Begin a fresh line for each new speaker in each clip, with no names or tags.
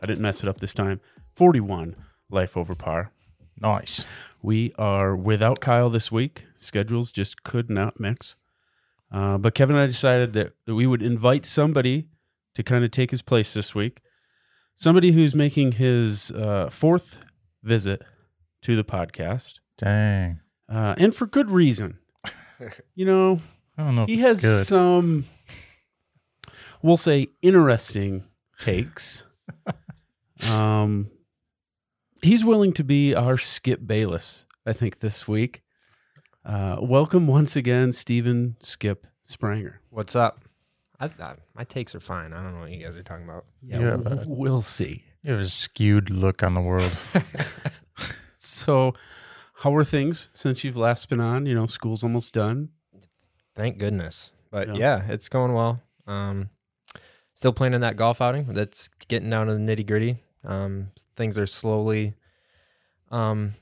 I didn't mess it up this time. 41, Life Over Par.
Nice.
We are without Kyle this week. Schedules just could not mix. Uh, but Kevin and I decided that, that we would invite somebody to kind of take his place this week. Somebody who's making his uh, fourth visit to the podcast,
Dang.
uh, and for good reason. You know,
I don't know. If
he
it's
has
Oh, good.
some we'll say interesting takes um he's willing to be our skip bayless i think this week uh welcome once again stephen skip spranger
What's up? I, I, my takes are fine. I don't know what you guys are talking about.
Yeah, Yeah, but-
we'll see
you have a skewed look on the world.
so how are things since you've last been on you know school's almost done
Thank goodness. But
Yeah.
yeah, it's going well. Um, still planning that golf outing. That's getting down to the nitty gritty. Um, things are slowly um,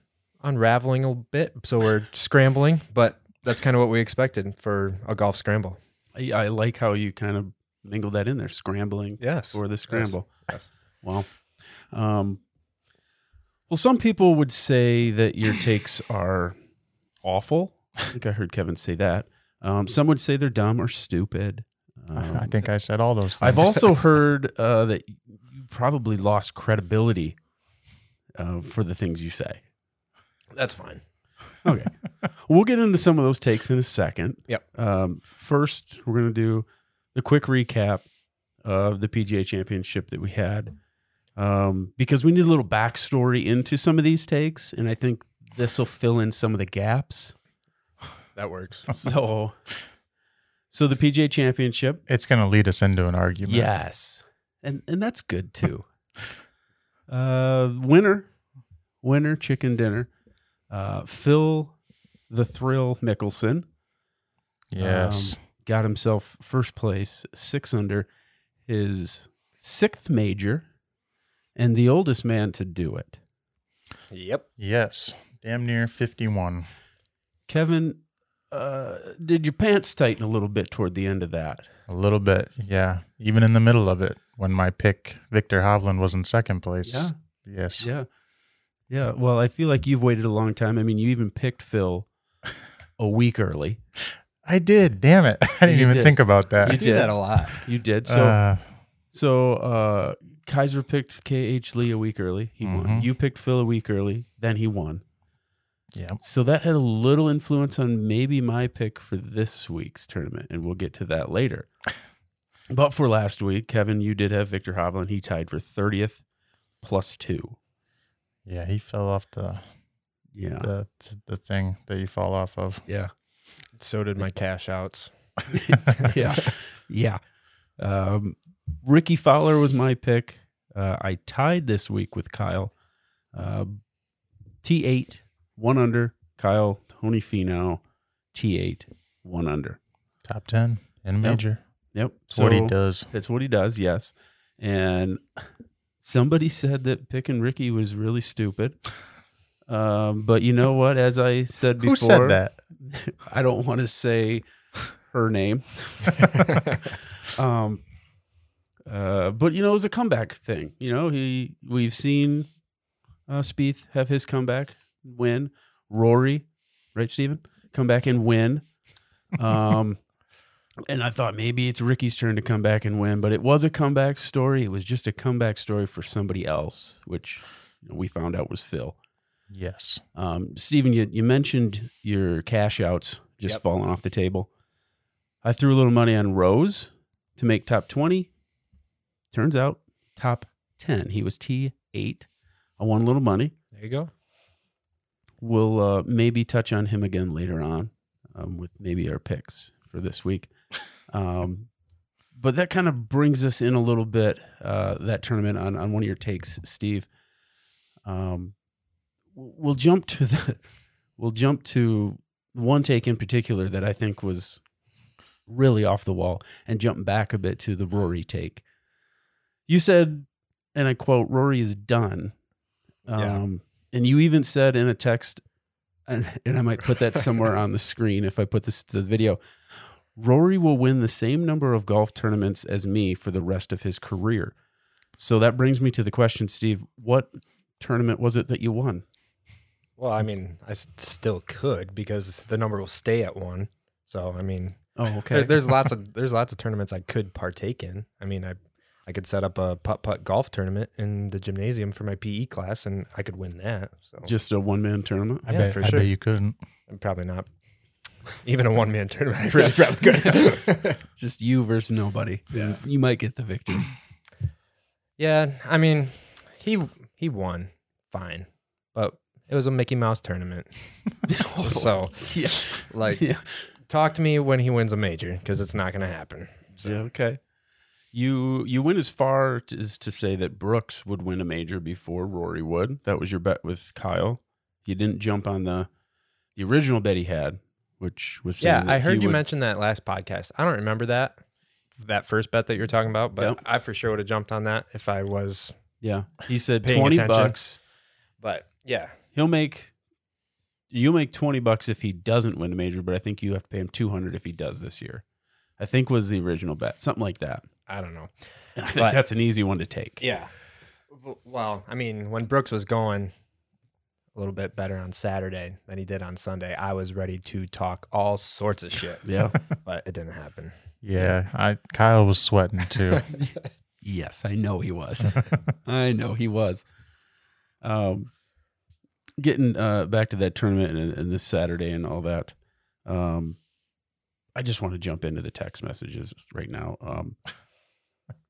unraveling a bit, so we're scrambling. But that's kind of what we expected for a golf scramble.
I, I like how you kind of mingle that in there scrambling
Yes.
for the scramble
yes.
Wow. Um, well, some people would say that your takes are awful. I think I heard Kevin say that. Um, some would say they're dumb or stupid. Um,
I think I said all those things.
I've also heard uh, that you probably lost credibility uh, for the things you say.
That's fine.
Okay. we'll get into some of those takes in a second.
Yep.
Um, first, we're going to do the quick recap of the PGA championship that we had um, because we need a little backstory into some of these takes. And I think this will fill in some of the gaps.
That works.
So, so the PGA championship.
It's going to lead us into an argument.
Yes. And, and that's good too. uh, winner, winner, chicken dinner. Uh, Phil the Thrill Mickelson.
Yes.
got himself first place, six under, his sixth major, and the oldest man to do it.
Yep.
yes. Damn near 51.
Kevin, uh, did your pants tighten a little bit toward the end of that?
A little bit. Yeah. Even in the middle of it when my pick, Victor Hovland, was in second place.
Yeah,
Yes.
yeah, yeah. Well, I feel like you've waited a long time. I mean, you even picked Phil a week early.
I did. Damn it. I didn't
You
even
did.
think about that.
You
You
do
did.
that a lot.
You did so.
Uh,
So uh Kaiser picked KH Lee a week early. He won.
Mhm.
You picked Phil a week early. Then he won.
yeah.
So that had a little influence on maybe my pick for this week's tournament, and we'll get to that later. But for last week, Kevin, you did have Victor Hovland. He tied for 30th plus two.
Yeah. He fell off the,
Yeah.
the, the thing that you fall off of.
Yeah.
So did my cash outs.
yeah. Yeah. Um, Ricky Fowler was my pick. Uh, I tied this week with Kyle. Uh, T8, one under. Kyle, Tony Finau, T8, one under.
Top 10 in a
Yep.
major.
Yep.
That's what he
So-
does.
That's what he does, yes. And somebody said that picking Ricky was really stupid. Um, but you know what? As I said before,
Who said that?
I don't want to say her name. Um, uh, but you know, it was a comeback thing. You know, he we've seen uh, Spieth have his comeback win. Rory, right, Steven? come back and win. Um, and I thought maybe it's Ricky's turn to come back and win, but it was a comeback story. It was just a comeback story for somebody else, which you know, we found out was Phil.
Yes.
Um, Steven, you, you mentioned your cash outs just
Yep.
falling off the table. I threw a little money on Rose to make top 20. Turns out top 10. He was T8. I won a little money.
There you go.
We'll uh, maybe touch on him again later on um, with maybe our picks for this week. Um, but that kind of brings us in a little bit uh, that tournament on, on one of your takes, Steve. Um, w- we'll jump to the we'll jump to one take in particular that I think was really off the wall, and jump back a bit to the Rory take. You said, and I quote, "Rory is done,"
Yeah.
um, and you even said in a text, and, and I might put that somewhere on the screen if I put this to the video. Rory will win the same number of golf tournaments as me for the rest of his career. So that brings me to the question, Steve. What tournament was it that you won?
Well, I mean, I s- still could because the number will stay at one. So I mean,
Oh,
there-
okay.
there's lots of there's lots of tournaments I could partake in. I mean, I I could set up a putt putt golf tournament in the gymnasium for my PE class, and I could win that. So
Just a one man tournament.
I
Yeah,
bet.
for
I
sure.
bet you couldn't.
probably not. Even a one man tournament, I really probably could.
Just you versus nobody.
Yeah.
You might get the victory.
yeah, I mean, he he won fine, but it was a Mickey Mouse tournament. So
yeah.
like,
Yeah.
talk to me when he wins a major because it's not gonna happen. So.
Yeah, okay. You you went as far t- as to say that Brooks would win a major before Rory would. That was your bet with Kyle. You didn't jump on the the original bet he had, which was saying
Yeah,
that
I
he
heard you
would-
mention that last podcast. I don't remember that that first bet that you're talking about, but
Yep.
I for sure would have jumped on that if I was.
Yeah, he said
Paying
twenty
attention.
bucks.
But yeah,
He'll make you'll make twenty bucks if he doesn't win the major, but I think you have to pay him two hundred if he does this year. I think was the original bet, something like that.
I don't know.
And I think
But-
that's an easy one to take.
Yeah. Well, I mean, when Brooks was going a little bit better on Saturday than he did on Sunday, I was ready to talk all sorts of shit,
Yeah.
but it didn't happen.
Yeah, I Kyle was sweating too.
Yes, I know he was. I know he was. Um, getting uh, back to that tournament and, and this Saturday and all that. Um, I just want to jump into the text messages right now. Um,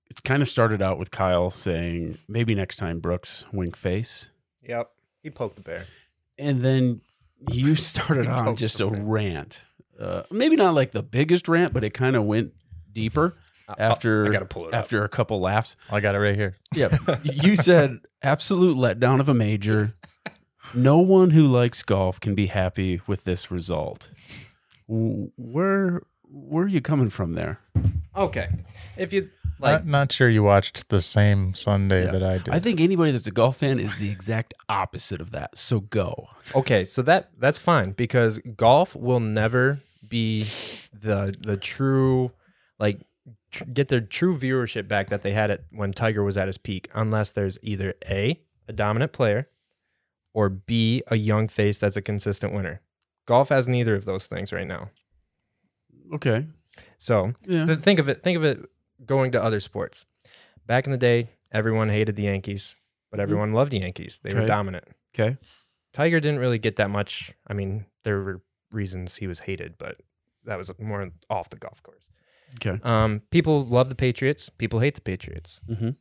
it's kind of started out with Kyle saying maybe next time Brooks wink face,
Yep. He poked the bear.
and then you started on
Poked
just
the
a
bear.
rant. Uh, maybe not like the biggest rant, but it kind of went deeper
I
after
got to pull it up.
after a couple laughs.
I got it right here.
Yeah. you said absolute letdown of a major. No one who likes golf can be happy with this result. W- Where where are you coming from there?
uh, Okay. If you like,
not, not sure you watched the same Sunday
Yeah.
that I did.
I think anybody that's a golf fan is the exact opposite of that. So go.
Okay, so that that's fine because golf will never be the the true like tr- get their true viewership back that they had it when Tiger was at his peak unless there's either A, a dominant player or B, a young face that's a consistent winner. Golf has neither of those things right now.
Okay.
So,
Yeah.
th- think of it think of it going to other sports. Back in the day, everyone hated the Yankees, but everyone loved the Yankees. They were
Okay.
dominant.
Okay.
Tiger didn't really get that much. I mean, there were reasons he was hated, but that was more off the golf course.
Okay.
Um, people love the Patriots. People hate the Patriots.
Mhm.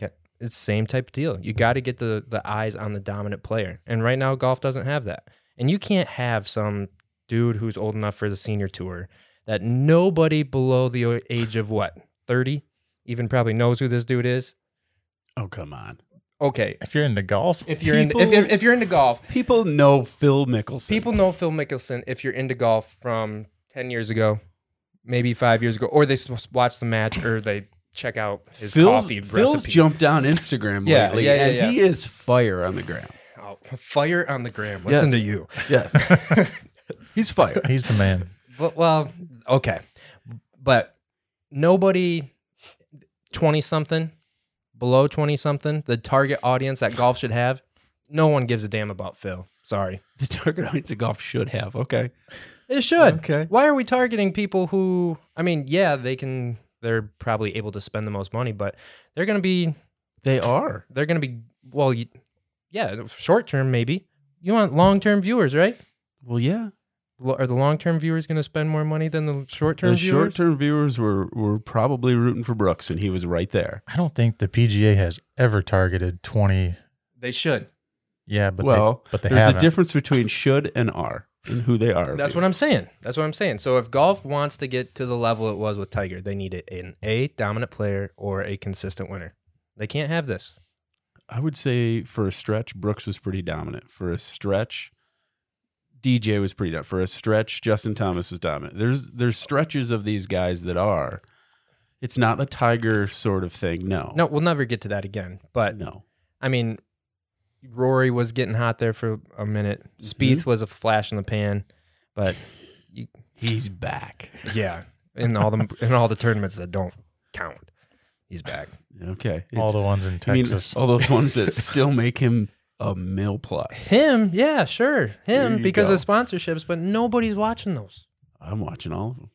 Okay, it's the same type of deal. You got to get the the eyes on the dominant player, and right now golf doesn't have that. And you can't have some dude who's old enough for the senior tour that nobody below the age of what thirty even probably knows who this dude is.
Oh come on.
Okay,
if you're into golf,
if you're in, if,
People-
if, if you're into golf,
People know Phil Mickelson.
People know Phil Mickelson if you're into golf from 10 years ago, maybe five years ago, or they s- watch the match or they check out his
Phil's,
coffee
Phil's
recipe.
jumped on Instagram
Yeah,
lately,
yeah, yeah,
and
yeah.
he is fire on the ground.
Oh, fire on the gram. Listen
Yes.
to you.
Yes, he's fire.
he's the man.
But, well, okay. But nobody 20 something, below 20 something, the target audience that golf should have, no one gives a damn about Phil. Sorry.
The target audience of golf should have. Okay.
It should.
Okay.
Why are we targeting people who? I mean, yeah, they can. They're probably able to spend the most money, but they're gonna be.
They are.
They're gonna be. Well, you, yeah, short term maybe. You want long term viewers, right?
Well, yeah.
Lo- Are the long term viewers gonna spend more money than the short term
the
viewers?
short-term viewers were were probably rooting for Brooks, and he was right there.
I don't think the PGA has ever targeted 20.
They should.
Yeah, but
well,
they, but they
there's
haven't.
a difference between should and are. and who they are.
That's what I'm saying. That's what I'm saying. So if golf wants to get to the level it was with Tiger, they need an A dominant player or a consistent winner. They can't have this.
I would say for a stretch, Brooks was pretty dominant. For a stretch, DJ was pretty dominant. For a stretch, Justin Thomas was dominant. There's there's stretches of these guys that are. It's not a Tiger sort of thing. No.
No, we'll never get to that again. But
No.
I mean, Rory was getting hot there for a minute. Spieth was a flash in the pan, but
He's back.
yeah, in all the in all the tournaments that don't count, he's back.
Okay.
All
It's-
the ones in
I mean,
Texas.
all those ones that still make him a mil plus.
Him, yeah, sure,
There
him
you
because
go.
of sponsorships, but nobody's watching those.
I'm watching all of them.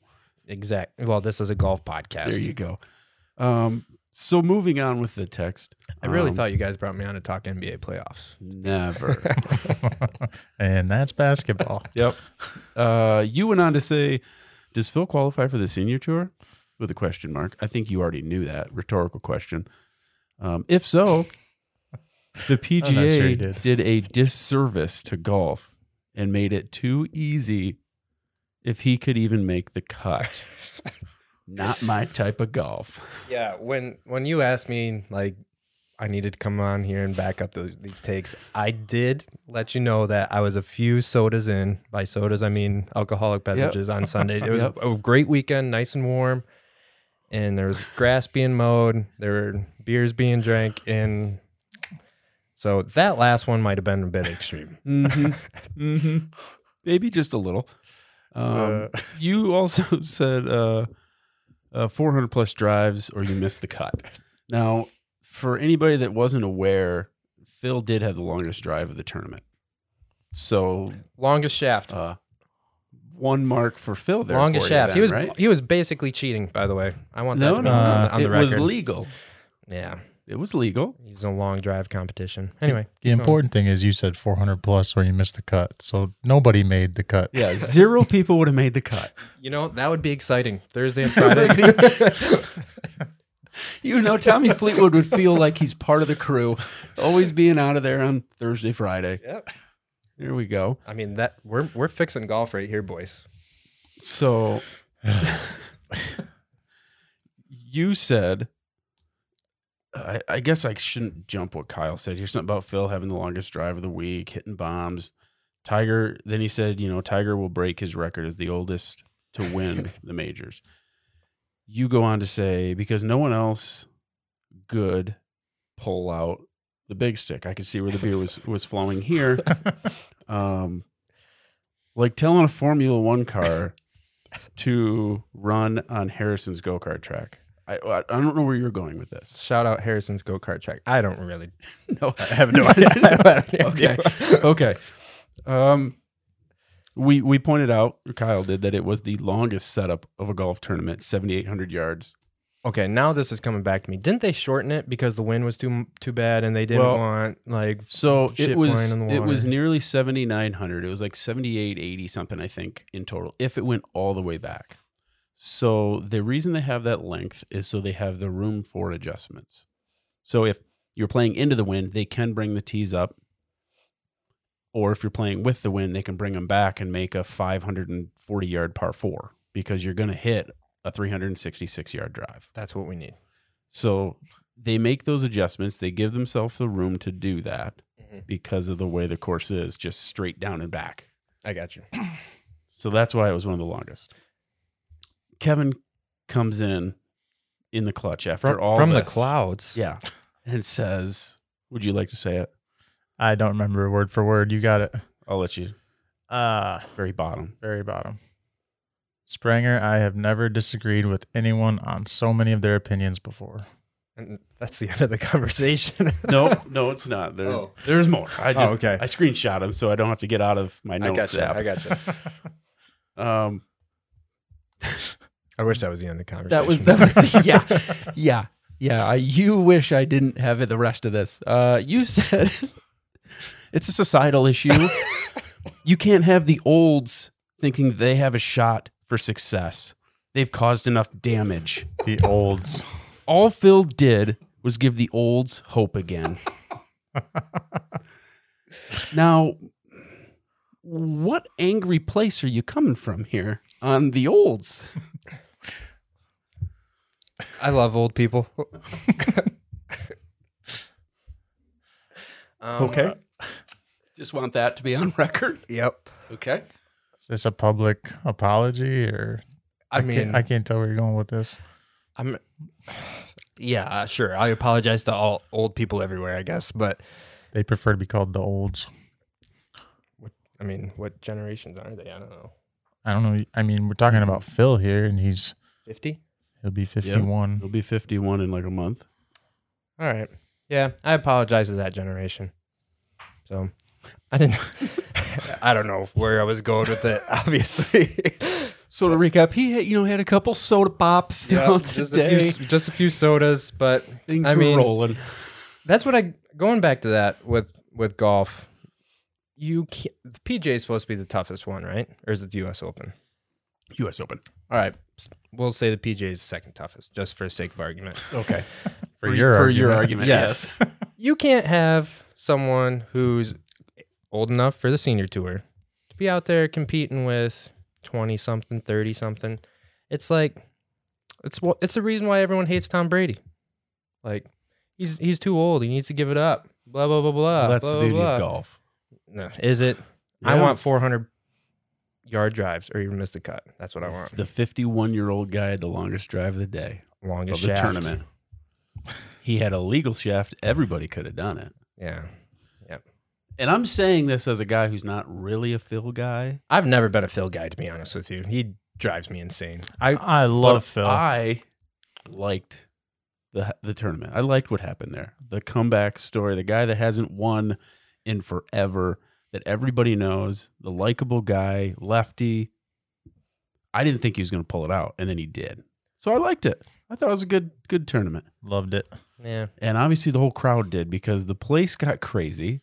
Exactly. Well, this is a golf podcast.
There you go. Um, so moving on with the text.
I really
um,
thought you guys brought me on to talk NBA playoffs.
never.
and that's basketball.
Yep. Uh, you went on to say, "Does Phil qualify for the senior tour?" With a question mark. I think you already knew that rhetorical question. Um, if so, the PGA
sure he
did.
did.
a disservice to golf and made it too easy. If he could even make the cut, not my type of golf.
Yeah, when when you asked me like I needed to come on here and back up those, these takes, I did let you know that I was a few sodas in. By sodas, I mean alcoholic beverages on Sunday. It was
Yep.
a great weekend, nice and warm, and there was grass being mowed, there were beers being drank, and so that last one might have been a bit extreme.
Mm-hmm. hmm Maybe just a little. Um, you also said uh, uh, 400 plus drives or you missed the cut. Now, for anybody that wasn't aware, Phil did have the longest drive of the tournament. So
Longest shaft.
uh, one mark for Phil there.
Longest
for you
shaft.
then,
he was
right.
he was basically cheating. By the way, I want that
No,
to
no,
be
no.
on, the, on
it
the record.
was legal.
yeah,
It was legal.
he was in a long drive competition. Anyway,
The important thing is you said 400 plus or you missed the cut. So nobody made the cut.
Yeah, zero people would have made the cut.
You know, that would be exciting. Thursday and Friday.
You know, Tommy Fleetwood would feel like he's part of the crew, always being out of there on Thursday, Friday.
Yep.
There we go.
I mean that we're we're fixing golf right here, boys.
So you said, I, I guess I shouldn't jump what Kyle said. Here's something about Phil having the longest drive of the week, hitting bombs. Tiger, then he said, you know, Tiger will break his record as the oldest to win the majors. You go on to say, because no one else good pull out the big stick. I could see where the beer was was flowing here. Um, like telling a Formula One car to run on Harrison's go kart track. I, I I don't know where you're going with this.
Shout out Harrison's go kart track. I don't really.
No, I have no idea. okay, okay. Um, we we pointed out Kyle did that it was the longest setup of a golf tournament, 7,800 yards.
Okay, now this is coming back to me. Didn't they shorten it because the wind was too too bad and they didn't
Well-
want like
So it
Shit
was
flying in the
it was
water.
nearly 7,900. It was like 7,880 something, I think, in total, if it went all the way back. So the reason they have that length is so they have the room for adjustments. So if you're playing into the wind, they can bring the tees up. Or if you're playing with the wind, they can bring them back and make a 540 yard par four because you're going to hit a 366 yard drive.
that's what we need.
So they make those adjustments. They give themselves the room to do that
Mhm.
because of the way the course is, just straight down and back.
I got you.
So that's why it was one of the longest. Kevin comes in in the clutch after
From,
all
from the
this.
clouds.
Yeah. And says, Would you like to say it?
I don't remember word for word. You got it.
I'll let you.
Uh,
Very bottom.
very bottom. Springer, I have never disagreed with anyone on so many of their opinions before.
And that's the end of the conversation.
No, no, it's not. There,
Oh.
There's more. I
Oh,
just,
okay.
I screenshot him so I don't have to get out of my
I
notes
got you.
app.
I got you.
um,
I wish that was the end of the conversation.
That was that was yeah, yeah, yeah. I, you wish I didn't have it the rest of this. Uh, you said it's a societal issue. you can't have the olds thinking they have a shot for success. They've caused enough damage.
The olds.
All Phil did was give the olds hope again. now, what angry place are you coming from here on the olds?
I love old people. Um,
Just want that to be on record.
Yep.
Okay.
Is this a public apology or
I mean,
can't, I can't tell where you're going with this.
I'm. Yeah, uh, sure. I apologize to all old people everywhere, I guess. But
They prefer to be called the olds.
I mean, what generations are they? I don't know.
I don't know. I mean, we're talking about Phil here, and he's
Fifty.
he'll be 51.
It'll be 51 in like a month.
All right. Yeah, I apologize to that generation. So, I didn't. I don't know where I was going with it. Obviously.
So to recap, he had, you know had a couple soda pops
Yeah,
throughout
just
the
a few,
day.
s- just a few sodas, but
Things
I
were
mean-
rolling.
that's what I going back to that with with golf. You can't, the PJ is supposed to be the toughest one, right? Or is it the U.S. Open?
U.S. Open.
All right, s- we'll say the PJ is second toughest, just for sake of argument.
Okay.
For your
for your
argument.
argument, yes.
You can't have someone who's old enough for the senior tour to be out there competing with twenty something, thirty something. It's like it's wha- it's the reason why everyone hates Tom Brady. Like he's he's too old. He needs to give it up. Blah blah blah blah.
that's
Ah, blah,
the
blah,
beauty
blah.
of golf.
No, is it? I
Yeah.
want 400 yard drives, or you missed a cut. That's what I want.
The 51 year old guy had the longest drive of the day of
Longest
the
shaft.
tournament. He had a legal shaft. Everybody could have done it.
Yeah,
And I'm saying this as a guy who's not really a Phil guy.
I've never been a Phil guy to be honest with you. He drives me insane. I
I love
But
Phil.
I liked the the tournament. I liked what happened there. The comeback story. The guy that hasn't won in forever. That everybody knows. The likable guy, lefty. I didn't think he was going to pull it out, and then he did. So I liked it. I thought it was a good good tournament.
Loved it.
yeah
And obviously the whole crowd did because the place got crazy.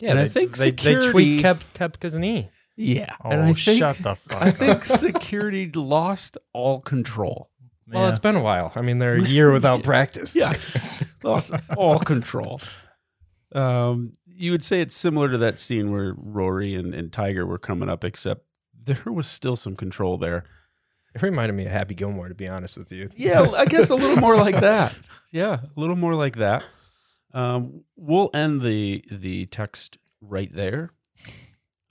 yeah.
And I
they-
think
they, they
security-
tweet kept kept his knee.
Yeah.
Oh,
and I think,
shut the fuck
I
up.
think security lost all control.
Well, it's been a while. I mean, they're a year without practice.
Yeah. lost all control. Um, you would say it's similar to that scene where Rory and, and Tiger were coming up, except there was still some control there.
It reminded me of Happy Gilmore, to be honest with you.
Yeah, I guess a little more like that. Yeah, a little more like that. Um, we'll end the the text right there.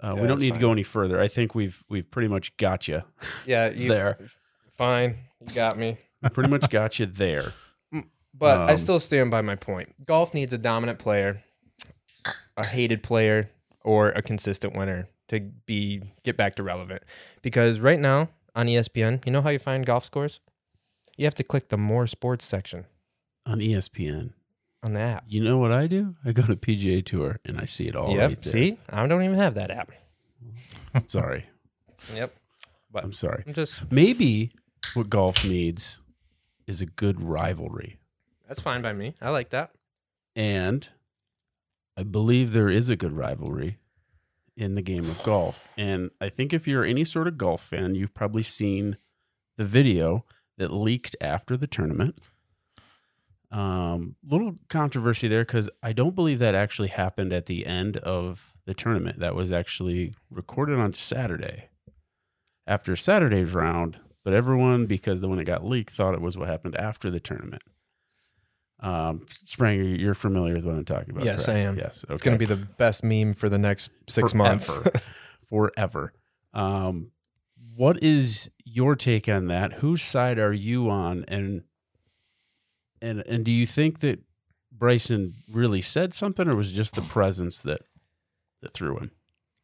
Uh,
Yeah,
we don't
that's
need
fine.
to go any further. I think we've we've pretty much got you.
Yeah, you,
There.
Fine, you got me.
pretty much got you there.
But I
Um,
still stand by my point. Golf needs a dominant player, a hated player, or a consistent winner to be get back to relevant. Because right now on E ESPN, you know how you find golf scores? You have to click the more sports section
On E ESPN.
on the app.
You know what I do? I go to PGA Tour and I see it all
yep.
right there.
See, I don't even have that app.
Sorry.
Yep.
I'm sorry.
I'm just
Maybe what golf needs is a good rivalry.
that's fine by me. I like that.
And I believe there is a good rivalry in the game of golf. And I think if you're any sort of golf fan, you've probably seen the video that leaked after the tournament. Um, little controversy there because I don't believe that actually happened at the end of the tournament. That was actually recorded on Saturday after Saturday's round. But everyone, because the one that got leaked, thought it was what happened after the tournament. Um, Spranger, you're familiar with what I'm talking about.
Yes, I am.
Yes,
It's gonna be the best meme for the next six months.
Forever. forever. Um, what is your take on that? Whose side are you on? And and and do you think that Bryson really said something, or was it just the presence that that threw him?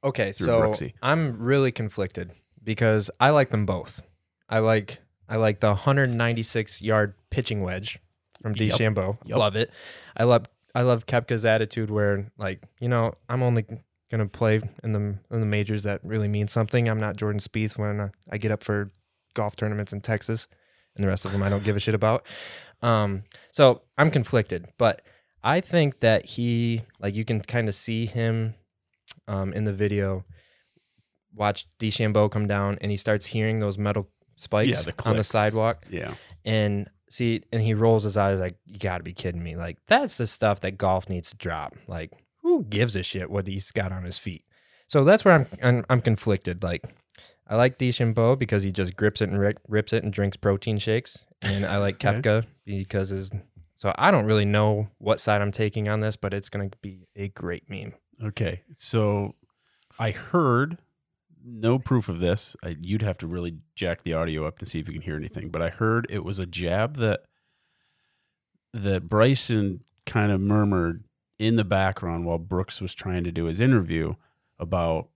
Okay,
through
so
Brooksy.
I'm really conflicted because I like them both. I like I like the 196 yard pitching wedge from
Yep.
DeChambeau.
Yep.
Love it. I love I love Kepka's attitude where like you know I'm only gonna play in the in the majors that really mean something. I'm not Jordan Spieth when I, I get up for golf tournaments in Texas, and the rest of them I don't give a shit about. Um, so I'm conflicted, but I think that he like you can kind of see him um, in the video. Watch DeChambeau come down, and he starts hearing those metal spikes
Yeah, the
on the
clicks.
sidewalk,
Yeah,
and see, and he rolls his eyes like, "You got to be kidding me!" Like that's the stuff that golf needs to drop. Like who gives a shit what he's got on his feet? So that's where I'm I'm, I'm conflicted. Like, I like Deschambeau because he just grips it and ri- rips it and drinks protein shakes, and I like
Okay.
Kepka because his. So I don't really know what side I'm taking on this, but it's gonna be a great meme.
Okay, so I heard no proof of this. I, you'd have to really jack the audio up to see if you can hear anything. But I heard it was a jab that that Bryson kind of murmured in the background while Brooks was trying to do his interview about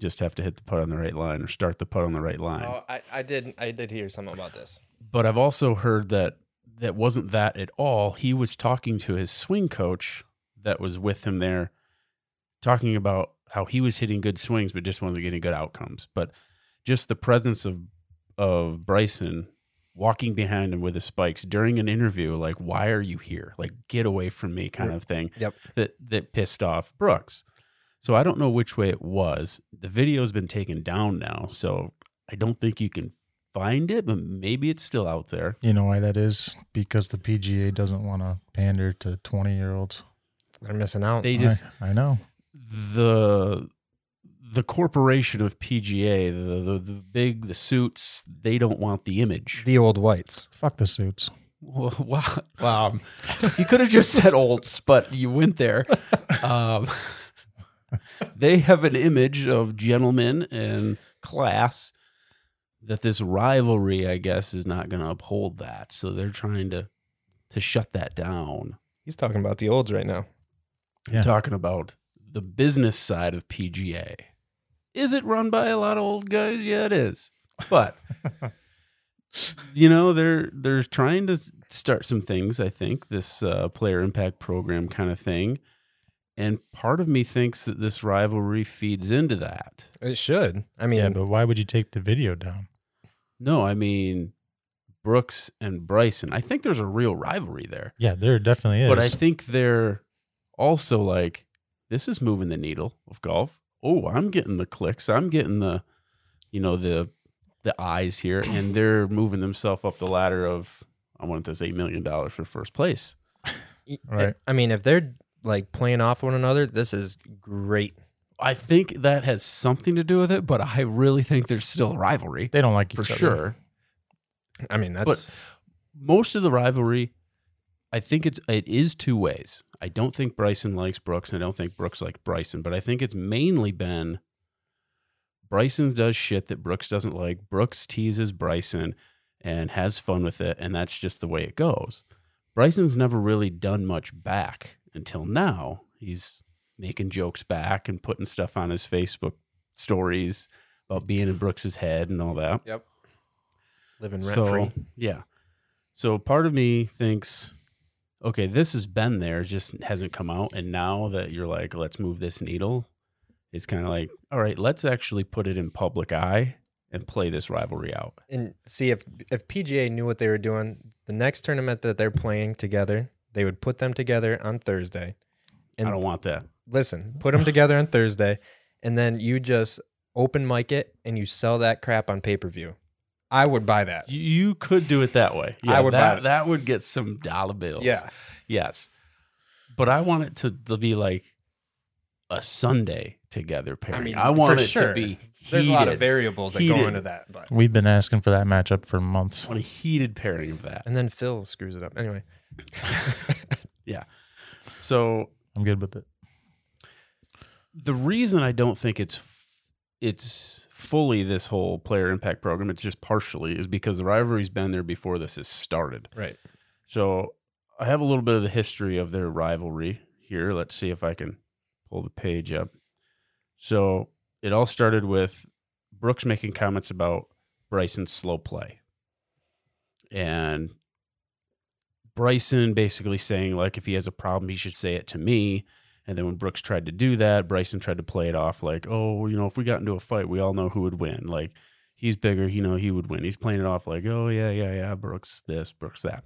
just have to hit the putt on the right line or start the putt on the right line.
Oh, I, I did I did hear something about this.
But I've also heard that that wasn't that at all. He was talking to his swing coach that was with him there, talking about how he was hitting good swings, but just wasn't getting good outcomes. But just the presence of of Bryson walking behind him with his spikes during an interview, like, why are you here? Like, get away from me, kind of thing.
Yep.
That that pissed off Brooks. So I don't know which way it was. The video's been taken down now, so I don't think you can find it, but maybe it's still out there.
You know why that is? Because the PGA doesn't want to pander to 20 year olds.
They're missing out.
They just
I, I know.
the the corporation of PGA, the, the the big the suits, they don't want the image.
the old whites.
Fuck the suits.
Wow, wow. you could have just said Olds, but you went there. Um, they have an image of gentlemen and class that this rivalry, I guess, is not going to uphold that. So they're trying to to shut that down.
He's talking about the olds right now.
I'm
Yeah.
talking about the business side of PGA. Is it run by a lot of old guys? Yeah, it is. But you know, they're they're trying to s- start some things. I think this uh, player impact program kind of thing, and part of me thinks that this rivalry feeds into that.
It should. I mean,
Yeah, but why would you take the video down?
No, I mean Brooks and Bryson. I think there's a real rivalry there.
Yeah, there definitely is.
But I think they're also like, this is moving the needle of golf. Oh, I'm getting the clicks. I'm getting the, you know, the the eyes here, and they're moving themselves up the ladder of I want this eight million dollars for first place.
y-
Right.
I mean, if they're like playing off one another, this is great.
I think that has something to do with it, but I really think there's still a rivalry
they don't like each
for
other.
sure.
I mean, that's
most of the rivalry, I think it's it is two ways. I don't think Bryson likes Brooks, and I don't think Brooks likes Bryson, but I think it's mainly been Bryson does shit that Brooks doesn't like. Brooks teases Bryson and has fun with it, and that's just the way it goes. Bryson's never really done much back until now. He's making jokes back and putting stuff on his Facebook stories about being in Brooks's head and all that.
living rent
So
free.
yeah. So part of me thinks, okay, this has been there, it just hasn't come out, and now that you're like, let's move this needle, it's kind of like, all right, let's actually put it in public eye and play this rivalry out.
And see if if PGA knew what they were doing, the next tournament that they're playing together, they would put them together on Thursday. And
I don't want that.
listen, put them together on Thursday, and then you just open mic it and you sell that crap on pay per view. I would buy that.
You, you could do it that way.
I would buy
That,
it.
that would get some dollar bills.
Yeah.
Yes. But I want it to, to be like a Sunday together pairing. I,
mean,
want
for
it
sure.
to be.
There's a lot of
heated.
variables that
Heated.
go into that, but
We've been asking for that matchup for months.
I want a heated pairing of that.
and then Phil screws it up anyway.
So
I'm good with it.
the reason I don't think it's f- it's fully this whole player impact program, it's just partially, is because the rivalry's been there before this has started.
Right.
So I have a little bit of the history of their rivalry here. Let's see if I can pull the page up. So it all started with Brooks making comments about Bryson's slow play. And Bryson basically saying, like, if he has a problem, he should say it to me. And then when Brooks tried to do that, Bryson tried to play it off like, oh, you know, if we got into a fight, we all know who would win. Like, he's bigger, you know, he would win. He's playing it off like, oh, yeah, yeah, yeah, Brooks this, Brooks that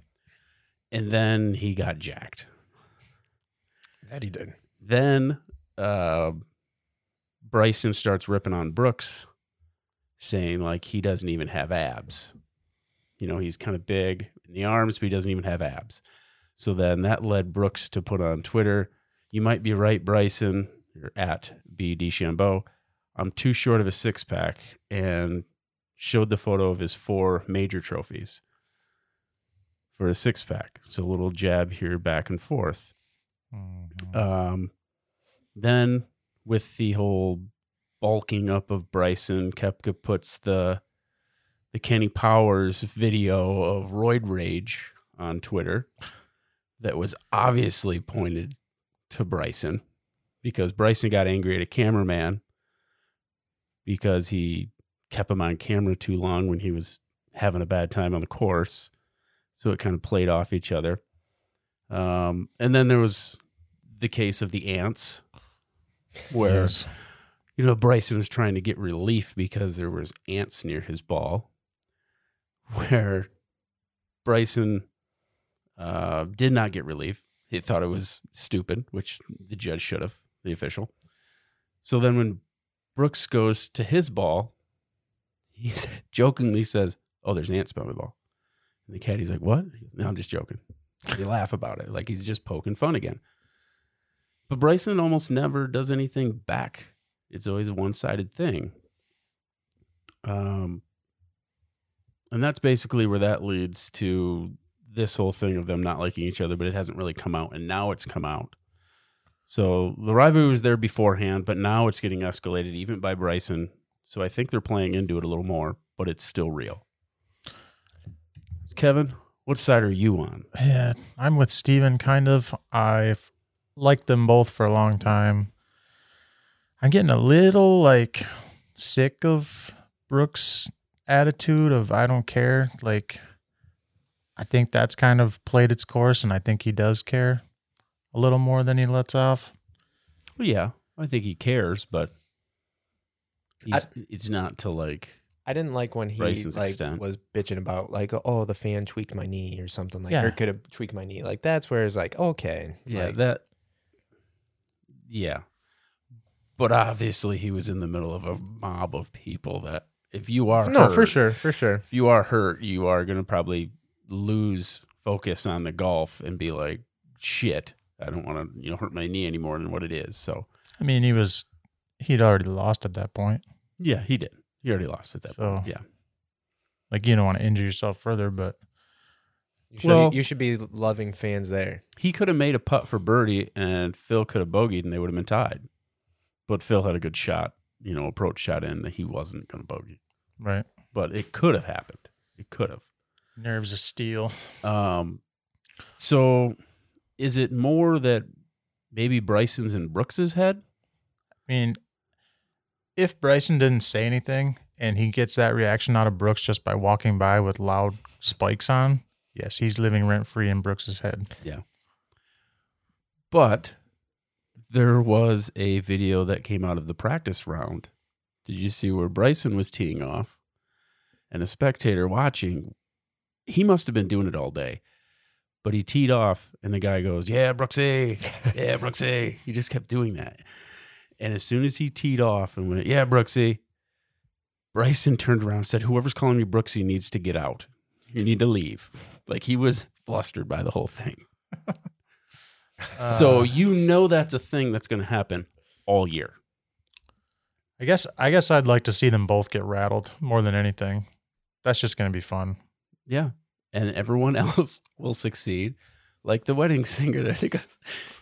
and then he got jacked.
That he did.
Then uh, Bryson starts ripping on Brooks, saying like he doesn't even have abs. You know, he's kind of big in the arms, but he doesn't even have abs. So then that led Brooks to put on Twitter, "You might be right, Bryson. You're at B Deschambeau. I'm too short of a six pack, and showed the photo of his four major trophies for a six pack. So a little jab here, back and forth.
Mhm.
Um, then with the whole bulking up of Bryson, Kepka puts the the Kenny Powers video of Roid Rage on Twitter that was obviously pointed to Bryson because Bryson got angry at a cameraman because he kept him on camera too long when he was having a bad time on the course. So it kind of played off each other. Um, and then there was the case of the ants where
Yes.
you know, Bryson was trying to get relief because there was ants near his ball, where Bryson uh, did not get relief. He thought it was stupid, which the judge should have, the official. So then when Brooks goes to his ball, he jokingly says, Oh, there's ants by my ball. And the caddy's like, What? He goes, No, I'm just joking. They laugh about it. Like he's just poking fun again. But Bryson almost never does anything back it's always a one-sided thing um and that's basically where that leads to this whole thing of them not liking each other but it hasn't really come out and now it's come out so the rivalry was there beforehand but now it's getting escalated even by bryson so i think they're playing into it a little more but it's still real kevin what side are you on
Yeah, I'm with Steven kind of. I've liked them both for a long time. I'm getting a little like sick of Brooks' attitude of I don't care. Like I think that's kind of played its course and I think he does care a little more than he lets off.
well yeah i think he cares but he's, it's not to like
I didn't like when he
Bryson's
like
extent.
was bitching about like oh the fan tweaked my knee or something like
Yeah.
or could have tweaked my knee like that's where it's like okay
Yeah,
like,
that. Yeah, but obviously he was in the middle of a mob of people that, if you are
no for
hurt-
sure for sure
if you are hurt, you are going to probably lose focus on the golf and be like, shit, I don't want to you know hurt my knee anymore than what it is. So
I mean, he was he'd already lost at that point.
yeah, he did. He already lost at that point.
So-
Yeah,
Like you don't want to injure yourself further, but
you should,
Well-
you should be loving fans there
he could have made a putt for birdie, and Phil could have bogeyed, and they would have been tied. But Phil had a good shot, you know, approach shot in that he wasn't going to bogey,
right.
but it could have happened. It could have.
Nerves of steel.
Um, so is it more that maybe Bryson's in Brooks's head?
I mean, if Bryson didn't say anything and he gets that reaction out of Brooks just by walking by with loud spikes on, yes, he's living rent free in Brooks's head.
But there was a video that came out of the practice round. Did you see where Bryson was teeing off and a spectator watching? He must have been doing it all day. But he teed off and the guy goes, Yeah, Brooksy. Yeah, Brooksy. he just kept doing that. And as soon as he teed off and went, Yeah, Brooksy, Bryson turned around and said, Whoever's calling me Brooksy needs to get out. You need to leave. Like he was flustered by the whole thing. So
Uh,
you know that's a thing that's going to happen all year.
I guess I guess I'd like to see them both get rattled more than anything. That's just going to be fun.
Yeah. And everyone else will succeed. Like the wedding singer that goes,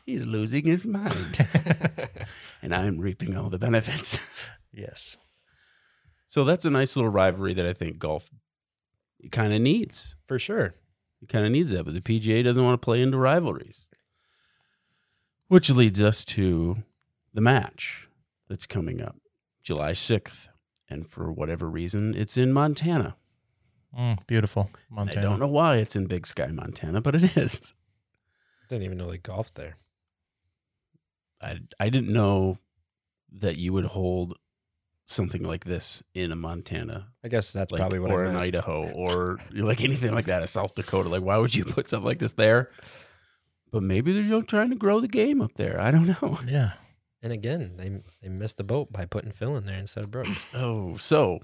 he's losing his mind and I'm reaping all the benefits.
Yes.
So that's a nice little rivalry that I think golf kind of needs.
for sure
It kind of needs that, but the PGA doesn't want to play into rivalries. Which leads us to the match that's coming up July 6th. And for whatever reason, it's in Montana.
Mm, beautiful.
I
Montana.
don't know why it's in Big Sky, Montana, but it is.
didn't even know they golfed there
I I didn't know that you would hold something like this in a Montana,
I guess that's
like
probably what
or
I
in
meant.
Idaho, or like anything like that, a South Dakota. Like, why would you put something like this there? But maybe they're you know, trying to grow the game up there. I don't know.
Yeah.
and again they they missed the boat by putting Phil in there instead of Brooks
Oh, so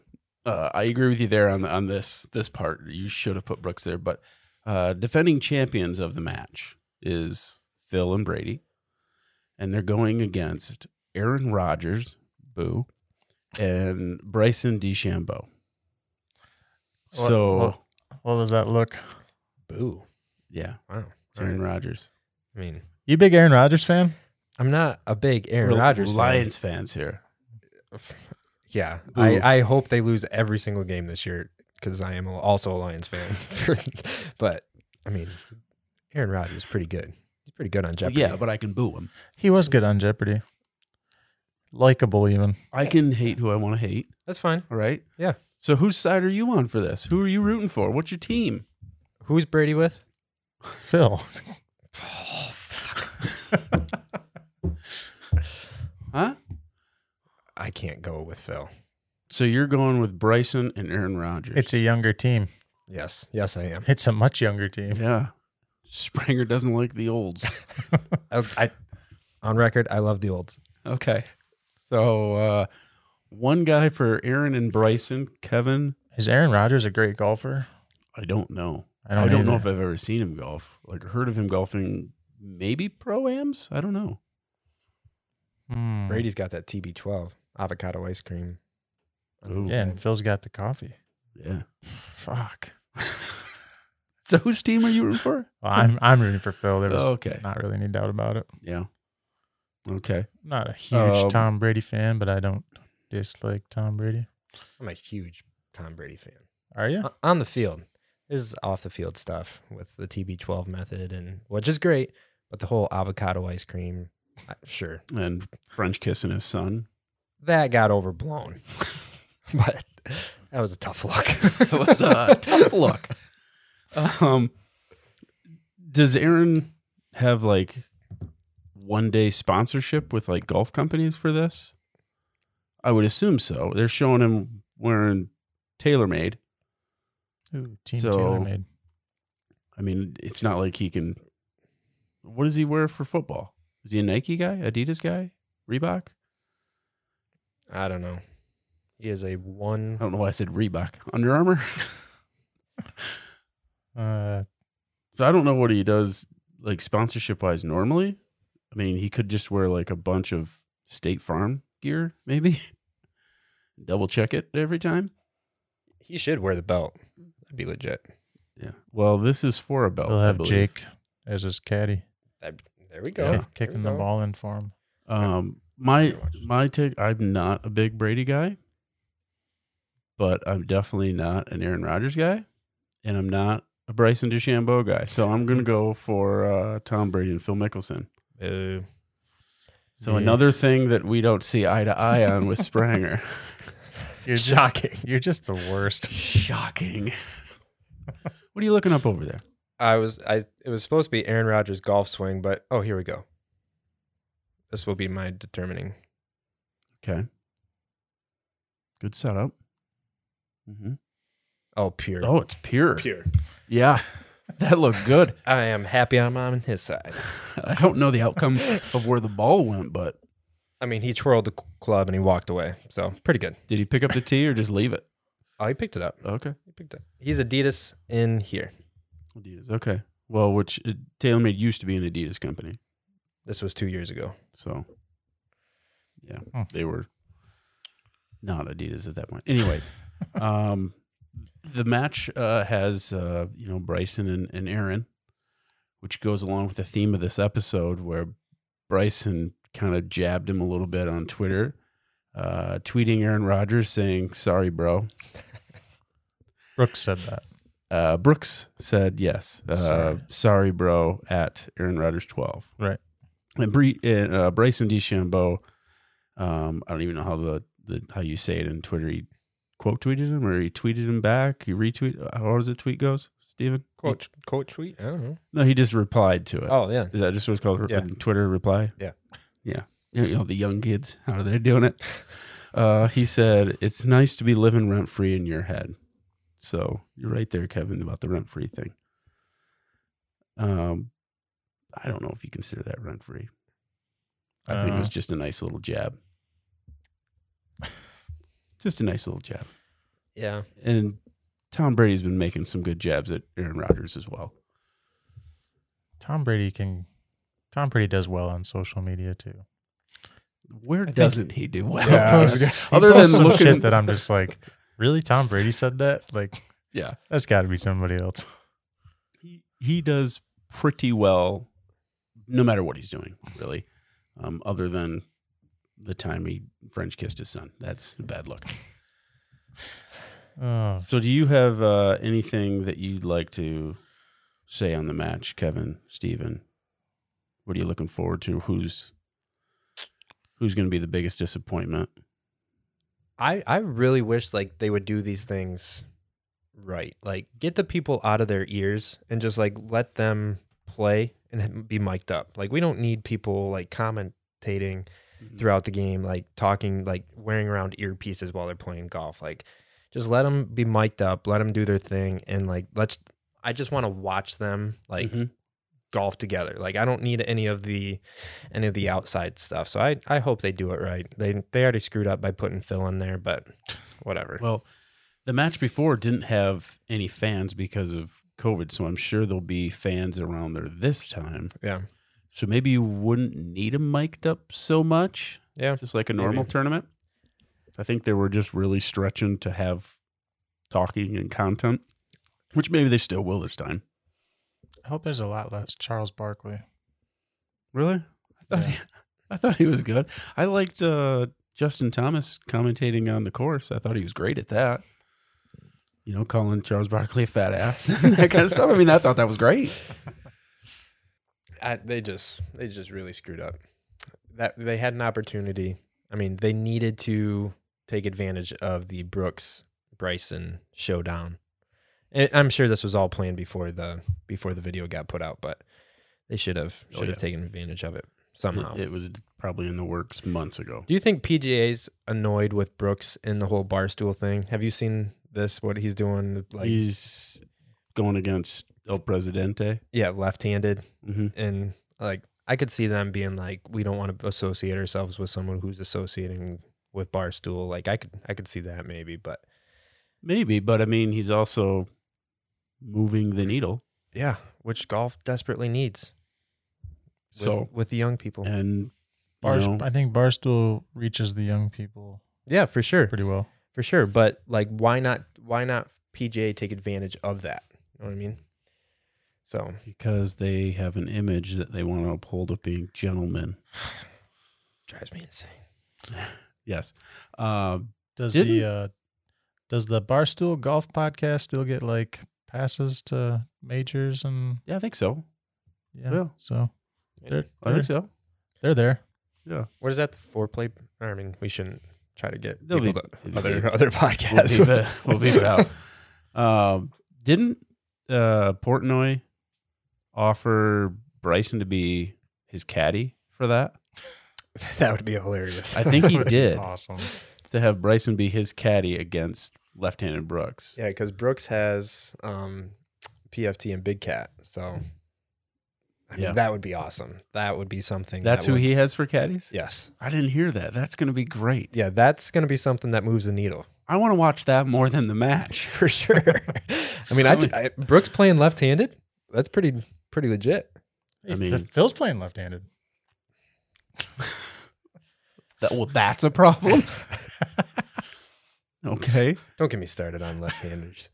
uh, I agree with you there on on this this part. You should have put Brooks there, but uh, defending champions of the match is Phil and Brady, and they're going against Aaron Rodgers, boo, and Bryson DeChambeau. So
what, what does that look?
Boo.
yeah,
Wow.
it's Aaron Rodgers.
I mean,
You big Aaron Rodgers fan?
I'm not a big Aaron
We're
Rodgers fan.
Lions fans here.
Yeah,
Boo.
I, I hope they lose every single game this year because I am also a Lions fan. but I mean, Aaron Rodgers is pretty good. He's pretty good on Jeopardy.
Yeah, but I can boo him.
He was good on Jeopardy. Likable even.
I can hate who I want to hate.
that's fine.
All right.
Yeah.
So whose side are you on for this? Who are you rooting for? What's your team?
Who's Brady with?
Phil.
Huh?
I can't go with Phil.
So you're going with Bryson and Aaron Rodgers.
It's a younger team.
Yes, yes, I am.
It's a much younger team.
yeah. Springer doesn't like the olds.
I, Oh, I- on record, I love the olds.
okay. So uh one guy for Aaron and Bryson, Kevin.
Is Aaron Rodgers a great golfer?
I don't know.
I
I don't, know if
either.
I've ever seen him golf. Like heard of him golfing maybe pro ams? I don't know. Mm.
Hmm.
Brady's got that TB12 avocado ice cream.
Ooh.
Yeah, and Phil's got the coffee.
Yeah.
Fuck.
So whose team are you rooting for?
Well, I'm I'm rooting for Phil. There was
Okay.
not really any doubt about it.
Yeah. Okay.
I'm not a huge
Um,
Tom Brady fan, but I don't dislike Tom Brady.
I'm a huge Tom Brady fan.
Are
Uh,
you?
O- on the field. This is off the field stuff with the TB12 method, and which is great, but the whole avocado ice cream, I- sure,
And French kissing his son.
that got overblown. but that was a tough look.
It was a tough look. Um, does Aaron have like one day sponsorship with like golf companies for this? I would assume so. They're showing him wearing TaylorMade.
Ooh, team
So-
Taylor made.
I mean, it's not like he can. What does he wear for football? Is he a Nike guy, Adidas guy, Reebok?
I don't know. He is a one.
I don't know why I said Reebok. Under Armour.
Uh,
So I don't know what he does like sponsorship wise normally. I mean, he could just wear like a bunch of State Farm gear, maybe. Double check it every time.
He should wear the belt. That'd be legit.
Yeah. Well, this is for a belt.
we'll
Oh, I
have
believe.
Jake as his caddy,
That'd, there we
Yeah.
go.
kick-
There
kicking
we
the
go.
ball in for him.
Um, my
Pretty much.
my take. I'm not a big Brady guy, but I'm definitely not an Aaron Rodgers guy, and I'm not a Bryson DeChambeau guy. So I'm gonna go for uh, Tom Brady and Phil Mickelson.
Boo.
So
Yeah.
another thing that we don't see eye to eye on with Spranger.
You're just, shocking. You're just the worst.
Shocking. what are you looking up over there?
I was I it was supposed to be Aaron Rodgers golf swing, but oh here we go. This will be my determining.
Okay. Good setup. hmm
Oh pure.
Oh, it's pure.
pure.
Yeah. That looked good.
I am happy I'm on his side.
I don't know the outcome of where the ball went, but
I mean, he twirled the c- club and he walked away. So pretty good.
did he pick up the tee or just leave it?
Oh, he picked it up.
Okay.
He picked it. up. He's Adidas in here.
Adidas. Okay. Well, which uh, TaylorMade used to be an Adidas company.
This was two years ago.
So, yeah,
Hmm.
they were not Adidas at that point. Anyways, um, the match uh, has uh, you know Bryson and, and Aaron, which goes along with the theme of this episode, where Bryson kind of jabbed him a little bit on Twitter, uh, tweeting Aaron Rodgers saying, "Sorry, bro."
Brooks said that.
Uh, Brooks said yes. Uh, sorry.
Sorry.
bro. At Aaron Rodgers twelve.
Right.
And Bre- and, uh, Bryson DeChambeau. Um, I don't even know how the, the how you say it in Twitter. He quote tweeted him or he tweeted him back. He retweet. uh, How does the tweet goes, Steven?
Quote quote tweet. I don't know.
No, he just replied to it.
Oh yeah.
Is that just what's called
Yeah.
a Twitter reply?
Yeah.
Yeah. You know, the young kids, how are they doing it? Uh, he said, It's nice to be living rent free in your head. So you're right there, Kevin, about the rent free thing. Um, I don't know if you consider that rent free. I think it was
Uh,
just a nice little jab. just a nice little jab.
Yeah.
And Tom Brady's been making some good jabs at Aaron Rodgers as well.
Tom Brady can. Tom Brady does well on social media too.
Where
think-
doesn't he do well?
Yeah, I was
Just-
gonna- he
other
posts
than
some
looking-
shit that I'm just like, really, Tom Brady said that? Like,
yeah.
that's got to be somebody else.
He, he does pretty well no matter what he's doing, really. Um, other than the time he French kissed his son. That's a bad look.
Oh,
So do you have uh, anything that you'd like to say on the match, Kevin, Steven? What are you looking forward to? Who's who's going to be the biggest disappointment?
I I really wish like they would do these things right. Like get the people out of their ears and just like let them play and be mic'd up. Like we don't need people like commentating throughout the game, like talking, like wearing around earpieces while they're playing golf. Like, just let them be mic'd up, let them do their thing, and like, let's. I just want to watch them like
Mhm.
golf together. Like, I don't need any of the, any of the outside stuff. So I, I hope they do it right. They, they already screwed up by putting Phil in there, but whatever.
Well, the match before didn't have any fans because of COVID, so I'm sure there'll be fans around there this time.
yeah,
So maybe you wouldn't need them mic'd up so much,
yeah,
just like a normal
Maybe.
tournament. I think they were just really stretching to have talking and content, which maybe they still will this time.
I hope there's a lot less Charles Barkley.
Really? I thought,
Yeah.
he, I thought he was good. I liked uh, Justin Thomas commentating on the course. I thought he was great at that. You know, calling Charles Barkley a fat ass and that kind of stuff. I mean, I thought that was great.
I, they just, they just really screwed up. That they had an opportunity. I mean, they needed to take advantage of the Brooks Bryson showdown. And I'm sure this was all planned before the before the video got put out, but they should have
Oh,
should
yeah.
have taken advantage of it somehow.
It, it was probably in the works months ago.
Do you think PGA's annoyed with Brooks in the whole barstool thing? Have you seen this? What he's doing, like
He's going against El Presidente.
yeah, left-handed,
Mm-hmm.
and like I could see them being like, we don't want to associate ourselves with someone who's associating with barstool. Like I could I could see that maybe, but
Maybe, but I mean, he's also moving the needle.
yeah, which golf desperately needs. With,
So-
with the young people,
And, you
Bar-
know,
I think Barstool reaches the young people
yeah, for sure.
pretty well.
For sure, but like, why not? Why not PGA take advantage of that? You know what I mean? So
because they have an image that they want to uphold of being gentlemen.
drives me insane.
Yes. Uh,
Does
Didn't-
the uh, does the Barstool Golf Podcast still get like passes to majors and
yeah, I think so.
yeah?
Yeah.
So they're
I think
they're,
so.
they're there.
What is that? The foreplay? I mean, we shouldn't try to get
They'll
people
be-
to other
they-
other
We'll
podcasts.
beep it, we'll beep it out. Um, didn't uh, Portnoy offer Bryson to be his caddy for that?
that would be hilarious.
I think he did
Awesome.
to have Bryson be his caddy against left-handed Brooks.
yeah, because Brooks has um, PFT and Big Cat, so I mean,
Yeah.
that would be awesome. That would be something.
That's
that
who
would-
he has for caddies.
Yes.
I didn't hear that. That's going to be great.
Yeah, that's going to be something that moves the needle.
I want to watch that more than the match.
for sure. I mean, I, ju- I Brooks playing left-handed. That's pretty pretty legit.
I
I
mean-
mean, Phil's playing left-handed.
That, well, that's a problem. okay.
Don't get me started on left-handers.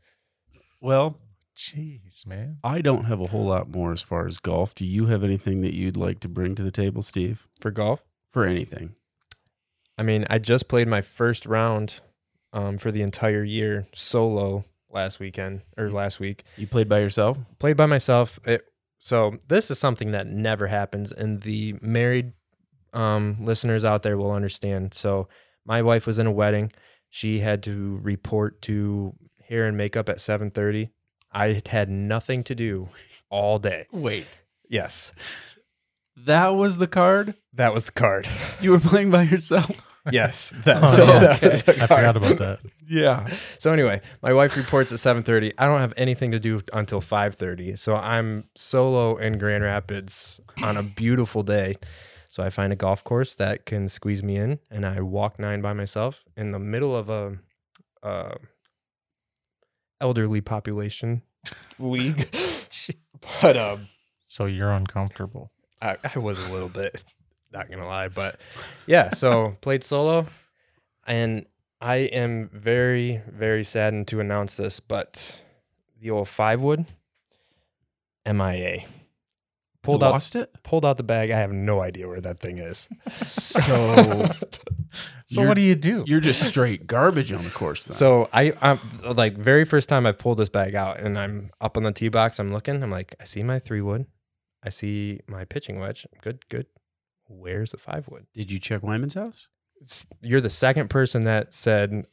Well,
Jeez, man.
I don't have a whole lot more as far as golf. Do you have anything that you'd like to bring to the table, Steve?
for golf.
For anything?
I mean, I just played my first round um, for the entire year solo last weekend or last week.
You played by yourself?
Played by myself. It, so this is something that never happens, and the married um, listeners out there will understand. So my wife was in a wedding. She had to report to hair and makeup at seven thirty. I had had nothing to do all day.
Wait.
Yes,
That was the card?
that was the card.
You were playing by yourself?
Yes, that,
Oh, yeah.
that was the
I
card.
forgot about that.
yeah.
So anyway, my wife reports at 7:30. I don't have anything to do until 5:30. So I'm solo in Grand Rapids on a beautiful day. So I find a golf course that can squeeze me in and I walk 9 by myself in the middle of a uh, elderly population league. but um
So you're uncomfortable.
I, I was a little bit Not gonna lie, but yeah. So played solo, and I am very, very saddened to announce this, but the old five wood, MIA, pulled out
lost it.
pulled out the bag. I have no idea where that thing is.
So
So
You're-
what do you do?
you're just straight garbage on the course. Then.
So I, I'm like very first time I pulled this bag out, and I'm up on the tee box. I'm looking. I'm like, I see my three wood, I see my pitching wedge. Good, good. Where's the five wood?
did you check Wyman's house?
It's, you're the second person that said,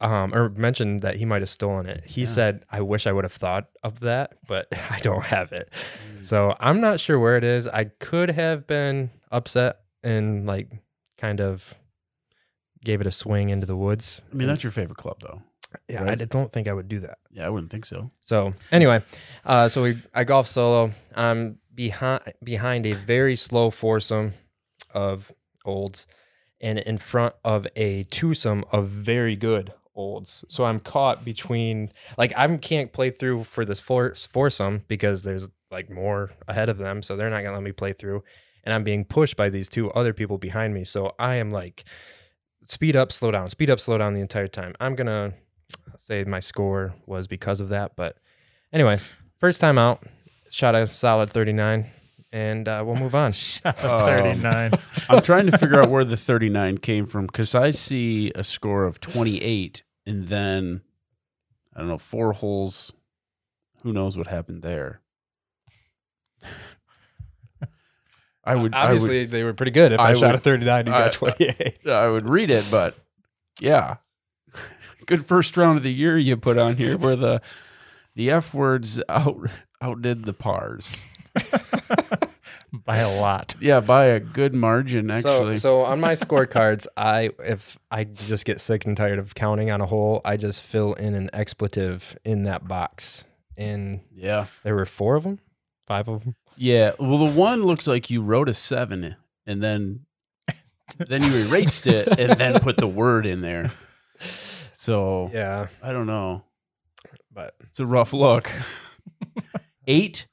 um, or mentioned that he might have stolen it. He
Yeah.
said, I wish I would have thought of that, but I don't have it.
Hmm.
So I'm not sure where it is. I could have been upset and like kind of gave it a swing into the woods.
I mean, that's your favorite club, though.
yeah, I
right.
d- don't think I would do that.
Yeah, I wouldn't think so.
So anyway, uh, so we I golf solo. I'm behind behind a very slow foursome of olds, and in front of a twosome of very good olds. So I'm caught between like I can't play through for this four, foursome because there's like more ahead of them, so they're not gonna let me play through, and I'm being pushed by these two other people behind me. So I am like speed up, slow down, speed up, slow down the entire time. I'm gonna say my score was because of that. But anyway, first time out, shot a solid 39, and uh, we'll move on. Oh.
Um,
39.
I'm trying to figure out where the 39 came from because I see a score of 28 and then I don't know four holes. Who knows what happened there? I would
Obviously, they were pretty good. If I,
I
shot
would-
a 39, you
I- uh,
got 28.
I would I would read it, but yeah, good first round of the year you put on here where the the f words out outdid the pars.
By a lot.
Yeah, by a good margin
So,
actually.
so on my scorecards, I if I just get sick and tired of counting on a hole, I just fill in an expletive in that box. And
yeah.
there were four of them, five of them.
Yeah. Well, the one looks like you wrote a seven and then then you erased it and then put the word in there. So
Yeah,
I don't know.
but
It's a rough look. Eight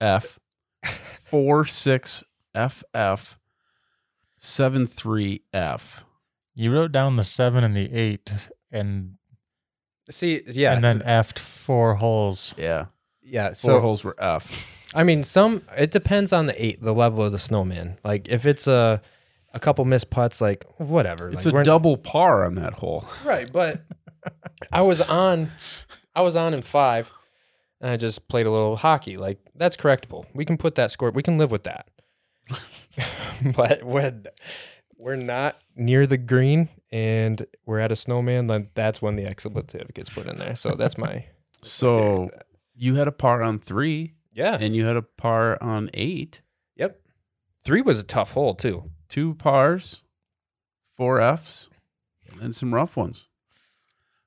F four six F F seven three F.
You wrote down the seven and the eight, and
see, yeah,
and then effed four holes.
Yeah.
yeah.
Four
So
holes were F.
I mean, some it depends on the eight, the level of the snowman. Like if it's a a couple missed putts, like whatever.
It's
like,
a
we're-
double par on that hole.
right, but I was on, I was on in five, and I just played a little hockey. Like that's correctable. We can put that score. We can live with that. but when we're not near the green and we're at a snowman, then that's when the expletive gets put in there. So that's my
So you had a par on three
yeah.
and you had a par on eight.
Yep. Three was a tough hole too.
two pars, four Fs, and some rough ones.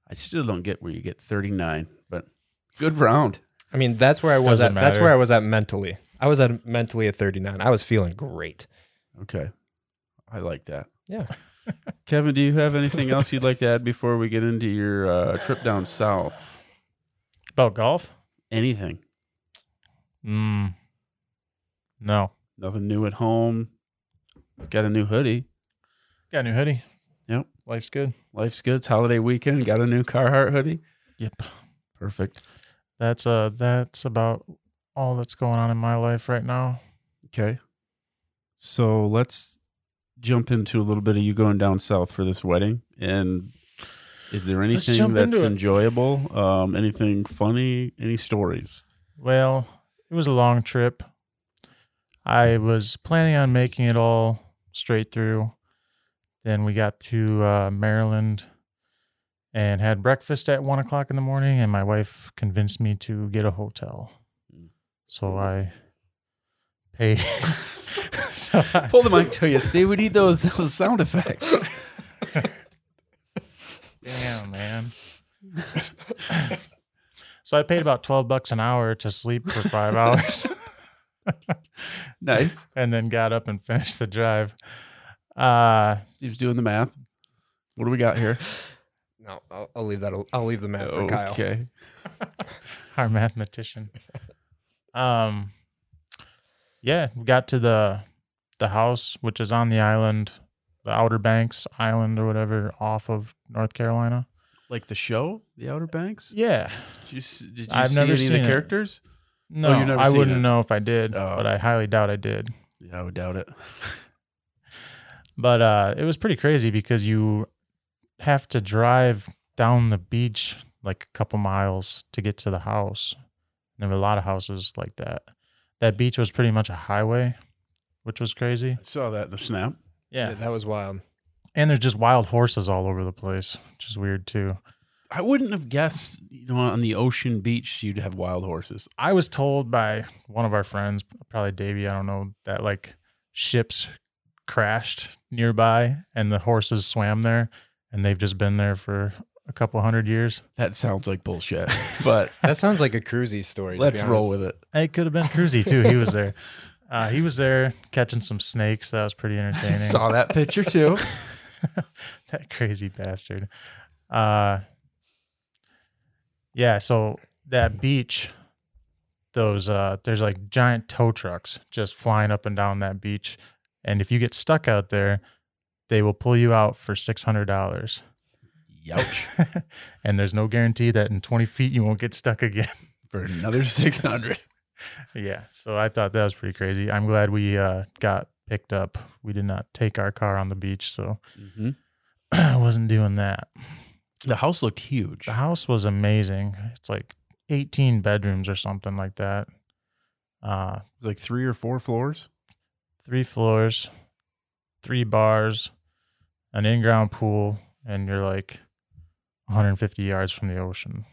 I still don't get where you get 39, but good round.
I mean, that's where I was
Doesn't
at. That's
matter.
where I was at mentally. I was at mentally at 39. I was feeling great.
Okay. I like that.
Yeah.
Kevin, do you have anything else you'd like to add before we get into your uh, trip down south?
About golf?
Anything?
Mm. No.
Nothing new at home. Got a new hoodie.
Got a new hoodie.
Yep.
Life's good.
Life's good. It's holiday weekend. Got a new Carhartt hoodie.
Yep.
Perfect.
That's uh that's about all that's going on in my life right now.
Okay. So let's jump into a little bit of you going down south for this wedding. And is there
Let's
anything
jump
that's
into it.
enjoyable? Um, anything funny? Any stories?
Well, it was a long trip. I was planning on making it all straight through. Then we got to uh, Maryland and had breakfast at one o'clock in the morning, and my wife convinced me to get a hotel. So I paid. so I,
Pull the mic to you, Steve. We need those, those sound effects.
Damn, man. so I paid about 12 bucks an hour to sleep for five hours
Nice.
and then got up and finished the drive. Uh,
Steve's doing the math. What do we got here?
No, I'll, I'll leave that. al- I'll leave the math for Kyle.
Oh, Okay.
our mathematician. Um, yeah, we got to the the house, which is on the island, the Outer Banks Island or whatever, off of North Carolina.
Like the show, The Outer Banks.
Yeah.
Did you, s- did you
I've
see
never
any of
seen
the
it.
characters?
No,
Oh, you've never
I
seen
wouldn't
it?
know if I did,
Oh.
but I highly doubt I did.
Yeah, I would doubt it.
But uh, it was pretty crazy because you have to drive down the beach like a couple miles to get to the house. There were a lot of houses like that. That beach was pretty much a highway, which was crazy.
I saw that in the snap.
Yeah.
that was wild.
And there's just wild horses all over the place, which is weird too.
I wouldn't have guessed, you know, on the ocean beach you'd have wild horses.
I was told by one of our friends, probably Davey, I don't know, that like ships crashed nearby and the horses swam there and they've just been there for a couple hundred years.
That sounds like bullshit, but
That sounds like a cruisy story.
let's roll with it.
It could have been Cruzy too. He was there. Uh, he was there catching some snakes. That was pretty entertaining.
Saw that picture too.
that crazy bastard. Uh, yeah. So that beach, those uh, there's like giant tow trucks just flying up and down that beach, and if you get stuck out there, they will pull you out for six hundred dollars.
Youch.
and there's no guarantee that in 20 feet you won't get stuck again.
For another 600.
yeah. So I thought that was pretty crazy. I'm glad we uh, got picked up. We did not take our car on the beach, so
Mhm.
I wasn't doing that.
The house looked huge.
The house was amazing. It's like 18 bedrooms or something like that. Uh,
It's like three or four floors.
three floors, three bars, an in ground pool, and you're like 150 yards from the ocean.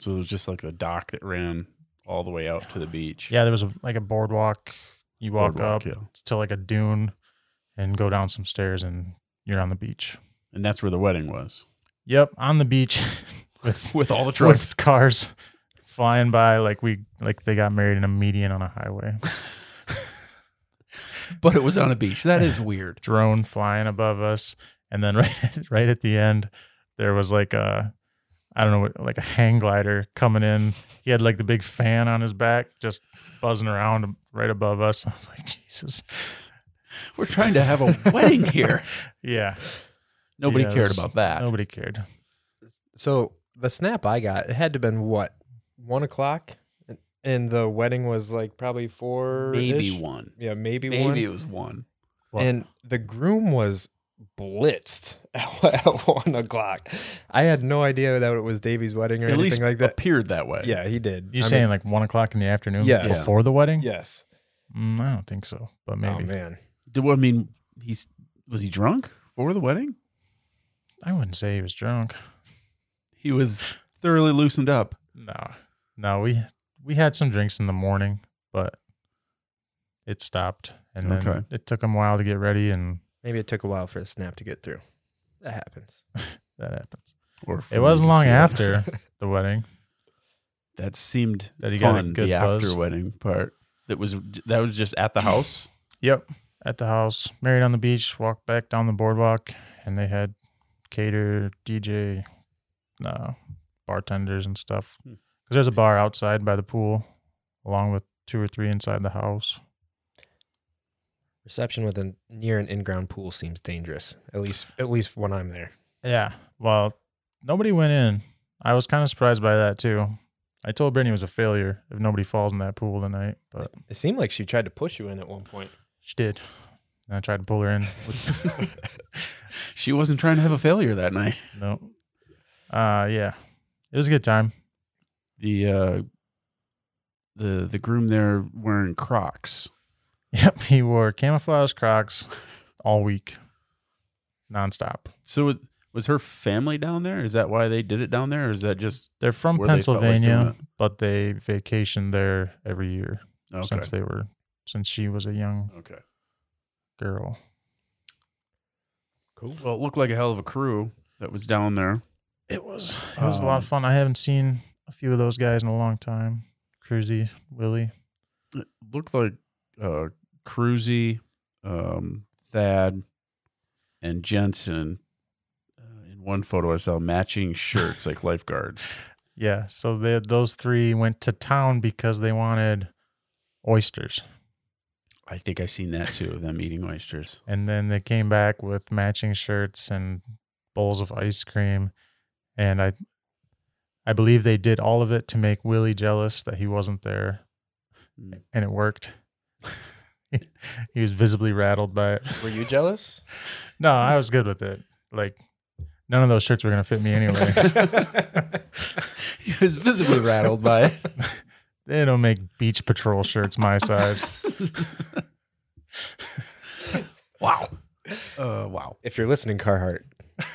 So it was just like the dock that ran all the way out to the beach.
Yeah, there was a, like a boardwalk. You walk
Boardwalk,
up
yeah.
to like a dune and go down some stairs, and you're on the beach.
And that's where the wedding was.
Yep, on the beach with,
With all the trucks.
with cars flying by like we like they got married in a median on a highway.
but it was on a beach. That is weird.
drone flying above us, and then right at, right at the end, there was like a I don't know what like a hang glider coming in. He had like the big fan on his back, just buzzing around right above us. I'm like Jesus,
We're trying to have a wedding here.
yeah.
Nobody
Yeah,
cared
there's
about that.
Nobody cared.
So the snap I got, it had to have been what one o'clock, And- and the wedding was like probably four.
Maybe one.
Yeah, maybe,
Maybe
one.
it was one.
Well-
and the groom was blitzed at, one o'clock. I had no idea that it was Davy's wedding or
At
anything
least
like that.
appeared that way.
Yeah, he did.
You
I
saying
mean,
like one o'clock in the afternoon
Yes.
before the wedding?
yes?
Mm, I don't think so, but
Oh
maybe
man,
Did, well, I mean, he's was he drunk for the wedding?
I wouldn't say he was drunk.
He was thoroughly loosened up.
No, no, we we had some drinks in the morning, but it stopped, and then
Okay.
it took him a while to get ready, and
maybe it took a while for the snap to get through. That happens.
that happens.
Or for
It
me
wasn't
to
long
see.
after the wedding.
That seemed
That he got a
fun.
good
the
buzz.
after wedding part. That was that was just at the house.
Yep, at the house, married on the beach, walked back down the boardwalk, and they had cater, DJ, no, uh, bartenders and stuff.
Hmm.
Because there's a bar outside by the pool, along with two or three inside the house.
Reception with a near an in-ground pool seems dangerous. At least, at least when I'm there.
Yeah. Well, nobody went in. I was kind of surprised by that too. I told Brittany it was a failure if nobody falls in that pool tonight, but
It seemed like she tried to push you in at one point.
she did. And I tried to pull her in.
She wasn't trying to have a failure that night.
no. Uh, yeah. It was a good time.
The uh, the the groom there wearing Crocs.
Yep. He wore camouflage Crocs all week, nonstop.
So was was her family down there? Is that why they did it down there? Or is that just
They're from
Where they felt like doing
Pennsylvania, but they vacation there every year
okay?
since they were since she was a young
okay.
girl.
Cool.
Well, it looked like a hell of a crew that was down there.
It was it was a lot of
Um,
fun. I haven't seen a few of those guys in a long time. Cruzy, Willie.
It looked like uh, Cruzy, um, Thad, and Jensen. Uh, in one photo, I saw matching shirts like lifeguards.
Yeah, so they, those three went to town because they wanted oysters.
I think I seen that too. Them eating oysters.
And then they came back with matching shirts and bowls of ice cream. And I I believe they did all of it to make Willie jealous that he wasn't there.
Mm.
And it worked. he was visibly rattled by it.
Were you jealous?
No, I was good with it. Like none of those shirts were gonna fit me anyway.
he was visibly rattled by it.
they don't make beach patrol shirts my size.
Wow. Uh, wow.
If you're listening, Carhartt,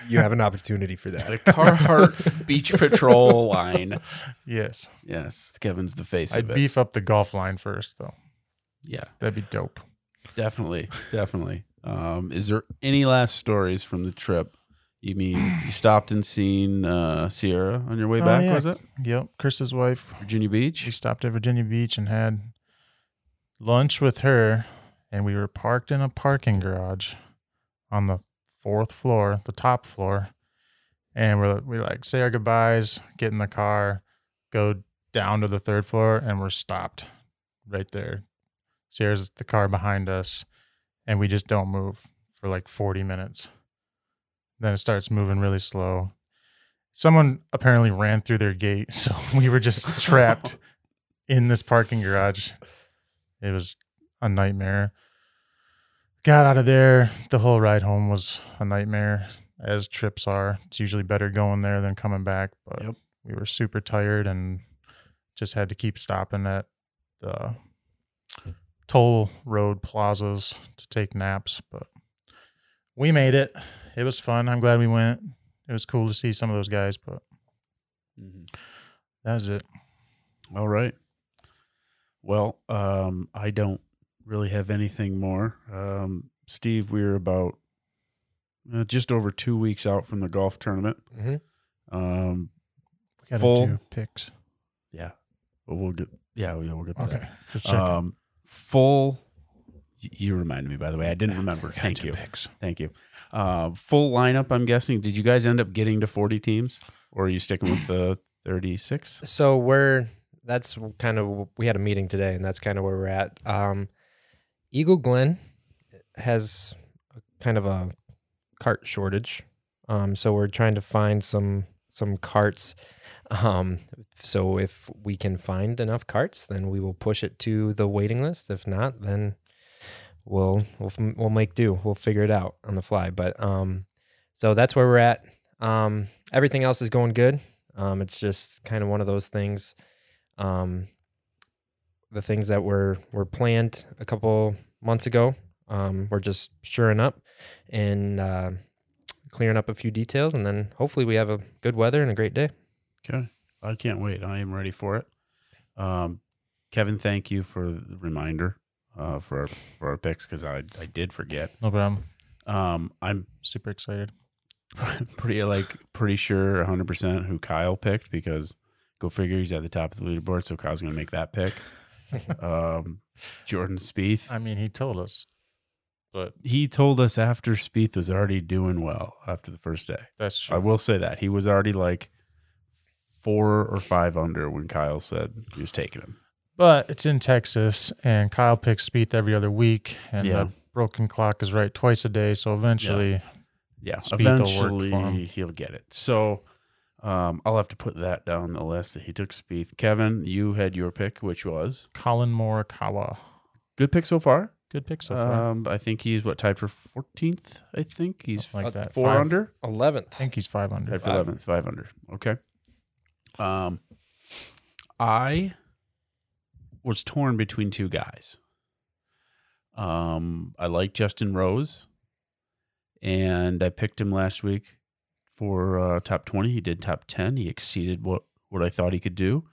you have an opportunity for
The
that.
Carhartt Beach Patrol line.
Yes.
Yes, Kevin's the face
I'd
of it.
beef up the golf line first though.
yeah,
That'd be dope.
definitely, definitely. Um, is there any last stories from the trip? You mean you stopped and seen uh, Sierra on your way
Oh,
back?
yeah.
Was it
Yep. Chris's wife
Virginia
She
Beach?
stopped at Virginia Beach and had lunch with her, and we were parked in a parking garage on the fourth floor, the top floor. And we're we like say our goodbyes, get in the car, go down to the third floor, and we're stopped right there. Sierra's the car behind us, and we just don't move for like 40 minutes. Then it starts moving really slow. Someone apparently ran through their gate, so we were just trapped in this parking garage. It was a nightmare. Got out of there. The whole ride home was a nightmare, as trips are. It's usually better going there than coming back. But
Yep.
we were super tired and just had to keep stopping at the toll road plazas to take naps. But we made it. It was fun. I'm glad we went. It was cool to see some of those guys, but
Mhm.
that was it.
All right. Well, um, I don't really have anything more. Um, Steve, we're about uh, just over two weeks out from the golf tournament.
Mhm.
Um,
We gotta
Full-
do picks.
yeah, but we'll get yeah yeah, we'll get to that.
Okay. Just checking.
Um, full. y- You reminded me, by the way. I didn't remember. Thank
Two
you.
Picks.
Thank you. Uh, full lineup. I'm guessing. Did you guys end up getting to 40 teams, or are you sticking with the 36?
So we're that's kind of we had a meeting today, and that's kind of where we're at. Um, Eagle Glen has a, kind of a cart shortage, um, so we're trying to find some some carts. Um, so if we can find enough carts, then we will push it to the waiting list. If not, then we'll we'll f- we'll make do. We'll figure it out on the fly. But um, so that's where we're at. Um, everything else is going good. Um, it's just kind of one of those things. Um, the things that were were planned a couple months ago, um, we're just shoring up and uh, clearing up a few details, and then hopefully we have a good weather and a great day.
Okay. I can't wait. I am ready for it. Um, Kevin, thank you for the reminder uh, for our, for our picks because I I did forget.
No problem.
Um, I'm
Super excited.
pretty like pretty sure 100 percent who Kyle picked because go figure he's at the top of the leaderboard, so Kyle's gonna make that pick. um, Jordan Spieth.
I mean, he told us, but
he told us after Spieth was already doing well after the first day.
that's true.
I will say that he was already like four or five under when Kyle said he was taking him.
But it's in Texas, and Kyle picks Spieth every other week, and
Yeah.
the broken clock is right twice a day. So eventually,
Yeah,
Speed will work for
eventually
him.
he'll get it. So um, I'll have to put that down the list that he took Spieth. Kevin, you had your pick, which was
Colin Morikawa,
good pick so far.
good pick so far.
Um, I think he's what tied for 14th. I think he's
Something like that.
four
Five-
under.
I
Eleventh,
think he's five under.
Tied for eleventh, five under. Okay. Um, I was torn between two guys. Um, I like Justin Rose, and I picked him last week for uh, top twenty. He did top ten. He exceeded what what I thought he could do,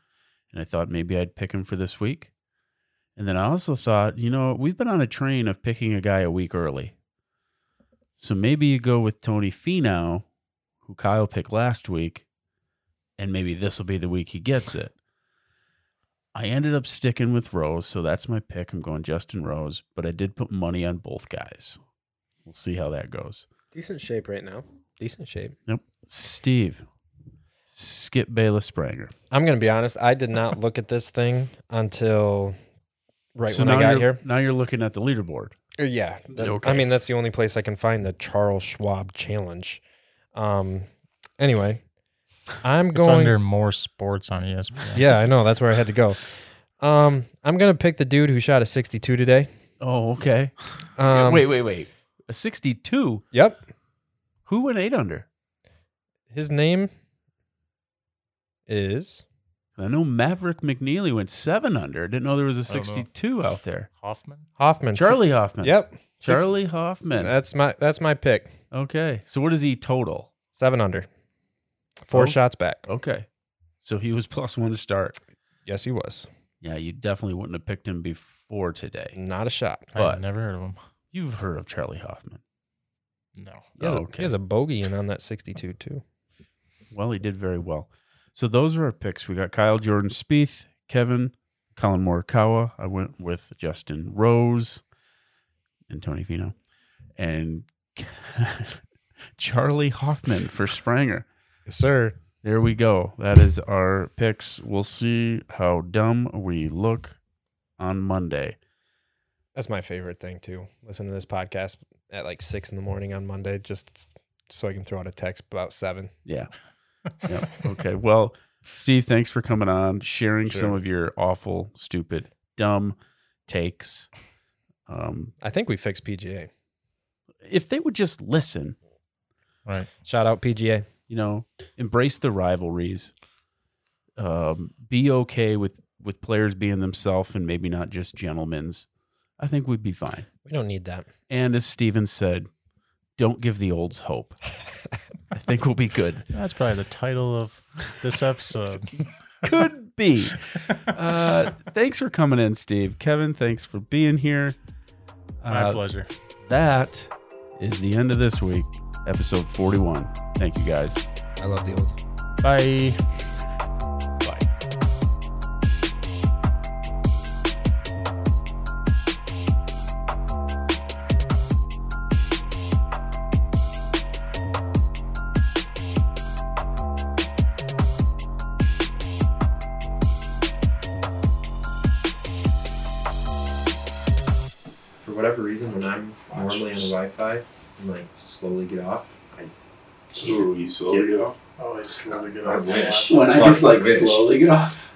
and I thought maybe I'd pick him for this week. And then I also thought, you know, we've been on a train of picking a guy a week early. So maybe you go with Tony Finau, who Kyle picked last week, and maybe this will be the week he gets it. I ended up sticking with Rose, so that's my pick. I'm going Justin Rose, but I did put money on both guys. We'll see how that goes.
decent shape right now. Decent shape.
Steve, Skip Bayless Spranger.
I'm gonna be honest. I did not look at this thing until right
so
when I
now
got
you're-
here.
Now you're looking at the leaderboard.
Uh, Yeah. that-
Okay.
I mean, that's the only place I can find the Charles Schwab Challenge. Um, anyway, I'm
It's
going.
under more sports on E ESPN.
yeah, I know. That's where I had to go. Um, I'm going to pick the dude who shot a 62 today.
Oh, okay.
Um,
wait, wait, wait. A 62.
Yep.
Who went eight under?
His name is.
I know Maverick McNeely went seven under. I didn't know there was a
don't know.
62 out there.
Hoffman.
Hoffman.
Charlie Hoffman.
Yep.
Charlie Hoffman.
That's my that's my pick.
Okay. So what is he total?
Seven under. Four
Oh.
shots back.
Okay. So he was plus one to start.
Yes, he was.
Yeah, you definitely wouldn't have picked him before today.
Not a shot.
But-
I've never heard of him.
You've heard of Charlie Hoffman.
No.
He has, a,
Okay.
he has a bogey in on that 62 too.
Well, he did very well. So those are our picks. We got Kyle Jordan Spieth, Kevin, Colin Morikawa. I went with Justin Rose and Tony Fino and Charlie Hoffman for Spranger.
Yes, sir.
There we go. That is our picks. We'll see how dumb we look on Monday.
That's my favorite thing too. Listen to this podcast at like six in the morning on Monday, just so I can throw out a text about seven.
Yeah. yeah. Okay. Well, Steve, thanks for coming on, sharing some
Sure.
of your awful, stupid, dumb takes. Um,
I think we fixed PGA.
if they would just listen,
Right.
Shout out PGA.
you know, embrace the rivalries, um, be okay with with players being themselves and maybe not just gentlemen's, I think we'd be fine.
We don't need that.
And as Steven said, don't give the olds hope. I think we'll be good.
That's probably the title of this episode.
Could be. Uh, thanks for coming in, Steve. Kevin, thanks for being here.
My
Uh,
pleasure.
That is the end of this week, episode 41. Thank you guys.
I love the old.
Bye.
Bye.
for whatever reason, when I'm normally on the Wi-Fi and like slowly get off, I
Ooh, you slowly
Get-
get off?
Always slowly get
I
off.
wish.
When I just
Fucking
like
wish.
slowly get off.